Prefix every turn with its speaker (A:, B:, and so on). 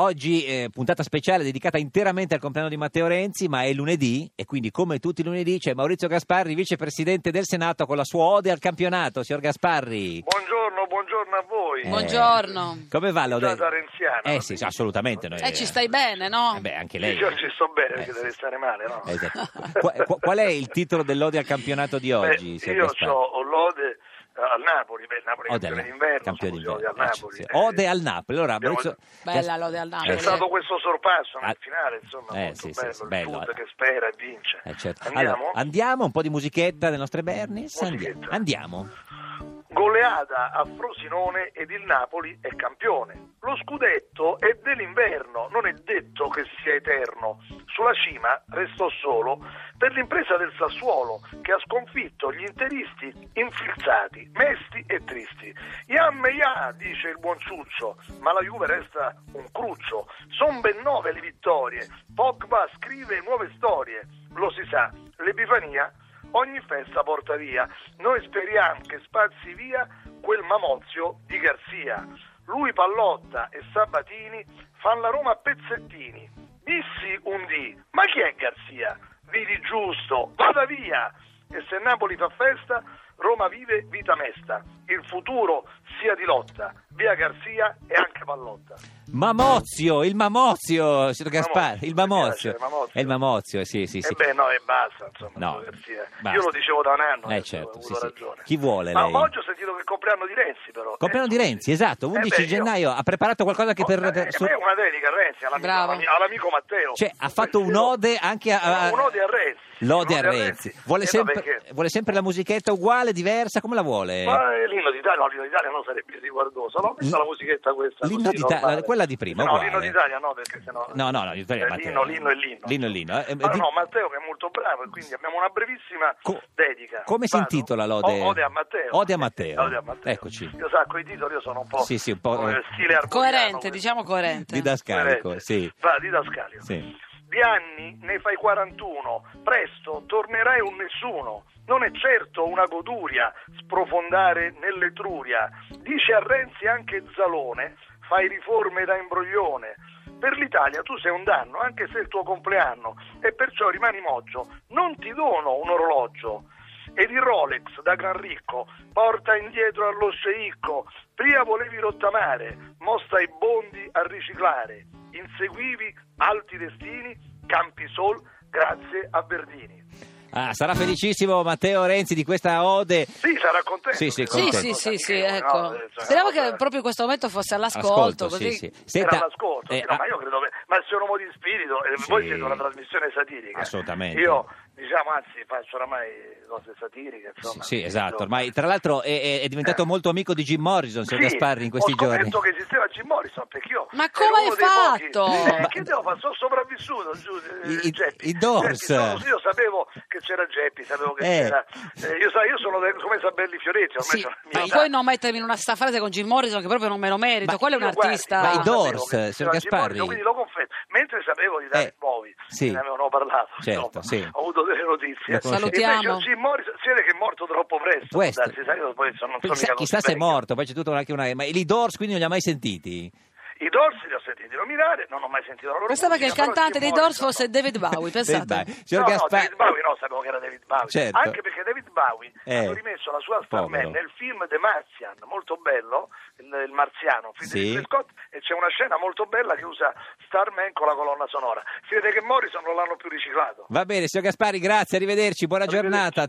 A: Oggi eh, puntata speciale dedicata interamente al compleanno di Matteo Renzi, ma è lunedì e quindi come tutti i lunedì c'è Maurizio Gasparri, vicepresidente del Senato con la sua ode al campionato. Signor Gasparri,
B: Buongiorno, buongiorno a voi.
A: Eh,
C: Buongiorno.
A: come va l'ode?
B: Puntata renziana.
A: Eh sì, sì, assolutamente. noi-
C: Eh, ci stai bene, no?
A: Eh beh, anche lei.
B: Io ci sto bene,
A: Eh,
B: perché
A: sì,
B: deve
A: sì.
B: stare male, no?
A: Eh, esatto. Qua- qua- qual è il titolo dell'ode al campionato di
B: Beh,
A: oggi? signor
B: io
A: Gasparri?
B: ho ho l'ode eh, al Napoli, beh, il Napoli è
A: Ode al-
B: campione d'inverno,
A: campione
B: insomma,
A: d'inverno.
B: ode al
A: Eh,
B: Napoli.
A: sì, sì.
B: eh.
A: Ode al Napoli. Allora,
B: abbiamo-
A: Maurizio...
C: Bella l'ode al Napoli.
B: C'è
A: Eh,
B: stato questo sorpasso
A: Ah.
B: nel finale, insomma,
A: Eh,
B: molto
A: sì, sì,
B: bello,
A: sì,
B: il
A: bello,
B: Sud
A: eh.
B: che spera e vince.
A: Eh, certo.
B: Andiamo?
A: Allora, andiamo, un po' di musichetta delle nostre Bernis. Andiamo.
B: Musichetta.
A: andiamo.
B: Goleada a Frosinone ed il Napoli è campione. Lo scudetto è dell'inverno, non è detto che sia eterno. Sulla cima restò solo per l'impresa del Sassuolo che ha sconfitto gli interisti infilzati, mesti e tristi. Yam ya, dice il buon Ciuccio, ma la Juve resta un cruccio. Son ben nove le vittorie. Pogba scrive nuove storie. Lo si sa, l'epifania ogni festa porta via. Noi speriamo che spazzi via quel mamozio di Garzia. Lui Pallotta e Sabatini fanno la Roma a pezzettini. Dissi un dì, ma chi è Garzia? Vidi giusto, vada via! E se Napoli fa festa, Roma vive vita mesta. Il futuro sia di lotta. Via Garzia e anche Pallotta.
A: Mamozio, il Mamozio, signor Gasparri, il Mamozio.
B: Mi piace, Mamozio.
A: È il Mamozio, sì, sì, sì.
B: E beh, no, e basta. Insomma,
A: No,
B: Garzia.
A: basta.
B: Io lo dicevo da un anno.
A: Eh,
B: adesso,
A: certo,
B: ho
A: sì,
B: avuto
A: sì.
B: ragione.
A: Chi vuole
B: Ma
A: lei?
B: oggi ho sentito che è il compleanno di Renzi, però.
A: Compleanno di
B: Eh,
A: Renzi, esatto,
B: Eh,
A: 11
B: beh,
A: gennaio ha preparato qualcosa che
B: io-
A: per...
B: Eh,
A: per-
B: eh,
A: su-
B: beh, è una dedica a Renzi, all'amico,
C: Bravo.
B: all'ami- all'amico Matteo.
A: Cioè, ha fatto un ode anche a...
B: Un ode a Renzi.
A: L'ode
B: Un
A: a
B: ode a
A: Renzi.
B: Renzi.
A: Vuole
B: Eh,
A: sempre,
B: vabbè, che-
A: vuole sempre la musichetta uguale, diversa, come la vuole?
B: Ma eh, l'inno d'Italia, no, l'inno d'Italia non sarebbe riguardoso, no?
A: L-
B: Questa è la musichetta questa.
A: l'inno
B: così,
A: d'Ita-
B: normale.
A: quella di prima,
B: No,
A: uguale.
B: l'inno d'Italia no, perché sennò...
A: No, no, no, l'Italia,
B: Eh,
A: Matteo.
B: l'inno, l'inno è l'inno.
A: L'inno è l'inno, eh, eh,
B: Ma
A: di-
B: Ah, no, Matteo che è molto bravo, e quindi abbiamo una brevissima
A: Co-
B: dedica.
A: come si
B: Vado?
A: intitola l'ode?
B: O- ode a Matteo.
A: Ode a Matteo.
B: Ode a Matteo.
A: Eccoci.
B: Io sa, con i titoli io sono un po'...
A: Sì, sì, un po',
B: come
A: eh,
B: stile arboriano,
C: Coerente,
B: questo.
C: diciamo coerente.
A: Didascalico, sì.
B: Va, didascalico.
A: Sì.
B: Di anni ne fai 41, presto tornerai un nessuno. Non è certo una goduria sprofondare nell'Etruria. Dice a Renzi anche Zalone, fai riforme da imbroglione. Per l'Italia tu sei un danno, anche se è il tuo compleanno, e perciò rimani moggio. Non ti dono un orologio. Ed il Rolex da gran ricco, porta indietro allo sceicco. Prima volevi rottamare, mosta i bondi a riciclare. Inseguivi alti destini, campi sol, grazie a Verdini.
A: Ah, sarà felicissimo Matteo Renzi di questa ode.
B: Sì, sarà contento.
A: Sì, sì,
B: Che
C: Sì,
A: contento.
B: cosa
C: sì, sì, sì,
B: amichevole, no?
C: ecco.
B: Eh, cioè,
C: Speriamo
B: una cosa-
C: che proprio in questo momento fosse all'ascolto,
A: Ascolto,
C: così.
A: sì, sì.
B: Era
A: Senta,
B: l'ascolto,
A: eh,
B: sì, no, ma
A: ah,
B: io credo che- ma sei un uomo di spirito e
A: Sì.
B: voi siete una trasmissione satirica.
A: Assolutamente.
B: Io, diciamo, anzi, faccio oramai cose satiriche, insomma.
A: Sì,
B: quindi,
A: esatto.
B: insomma.
A: Ormai, tra l'altro, è- è, è diventato
B: Eh.
A: molto amico di Jim Morrison, signor Gasparri, in questi
B: Ho
A: giorni.
B: detto che esisteva Jim Morrison perché io.
C: Ma
B: ero
C: come hai
B: uno dei pochi-
C: fatto?
B: Eh,
A: Ma-
B: che devo fare? Sono sopravvissuto. Giù, eh,
A: I- i-
B: Geppi.
A: i Doors.
B: Geppi, sono- io sapevo che c'era Geppi, sapevo che
A: Eh.
B: c'era. eh, io, sa- io sono de- come Sabelli Fioretti. Ormai
C: Sì,
B: sono
C: ma
B: mio-
C: poi non mettermi in una sta frase con Jim Morrison che proprio non me lo merito.
A: Ma-
C: Quello è un
B: Io, guardi,
C: artista.
A: ma i
B: io
A: Doors,
B: sapevo
A: signor
B: che c'era Jim
A: Gasparri.
B: Morrison, quindi lo confesso. Mentre sapevo di David
A: Eh,
B: Bowie,
A: sì.
B: che ne avevano parlato,
A: Certo,
B: insomma,
A: sì.
B: ho avuto delle notizie.
A: Lo conosciamo.
B: Invece, Jim Morrison, si vede che è morto troppo presto.
A: Può essere.
B: darsi, sai, io poi sono- non sono
A: Chissà-
B: mica così
A: chissà se è
B: vecchio.
A: morto, poi c'è tutta anche una. Ma i Doors quindi non li ha mai sentiti?
B: I Dorsi li ho sentiti nominare, non ho mai sentito la loro
C: Pensava che il
B: musica, però
C: cantante
B: Jim
C: dei Doors
B: Morrison-
C: fosse David
A: Dai,
C: Bowie, pensate.
A: signor
B: no, no,
A: Gasparri-
B: David Bowie no, sapevo che era David Bowie.
A: Certo.
B: Anche perché David Bowie
A: Eh,
B: ha rimesso la sua star
A: povero.
B: man nel film The Martian, molto bello, il, il marziano, un film
A: Sì.
B: di Ridley Scott, e c'è una scena molto bella che usa Starman con la colonna sonora. Si vede che Morrison non l'hanno più riciclato.
A: Va bene, signor Gasparri, grazie, arrivederci, buona
B: Arrivederci.
A: giornata.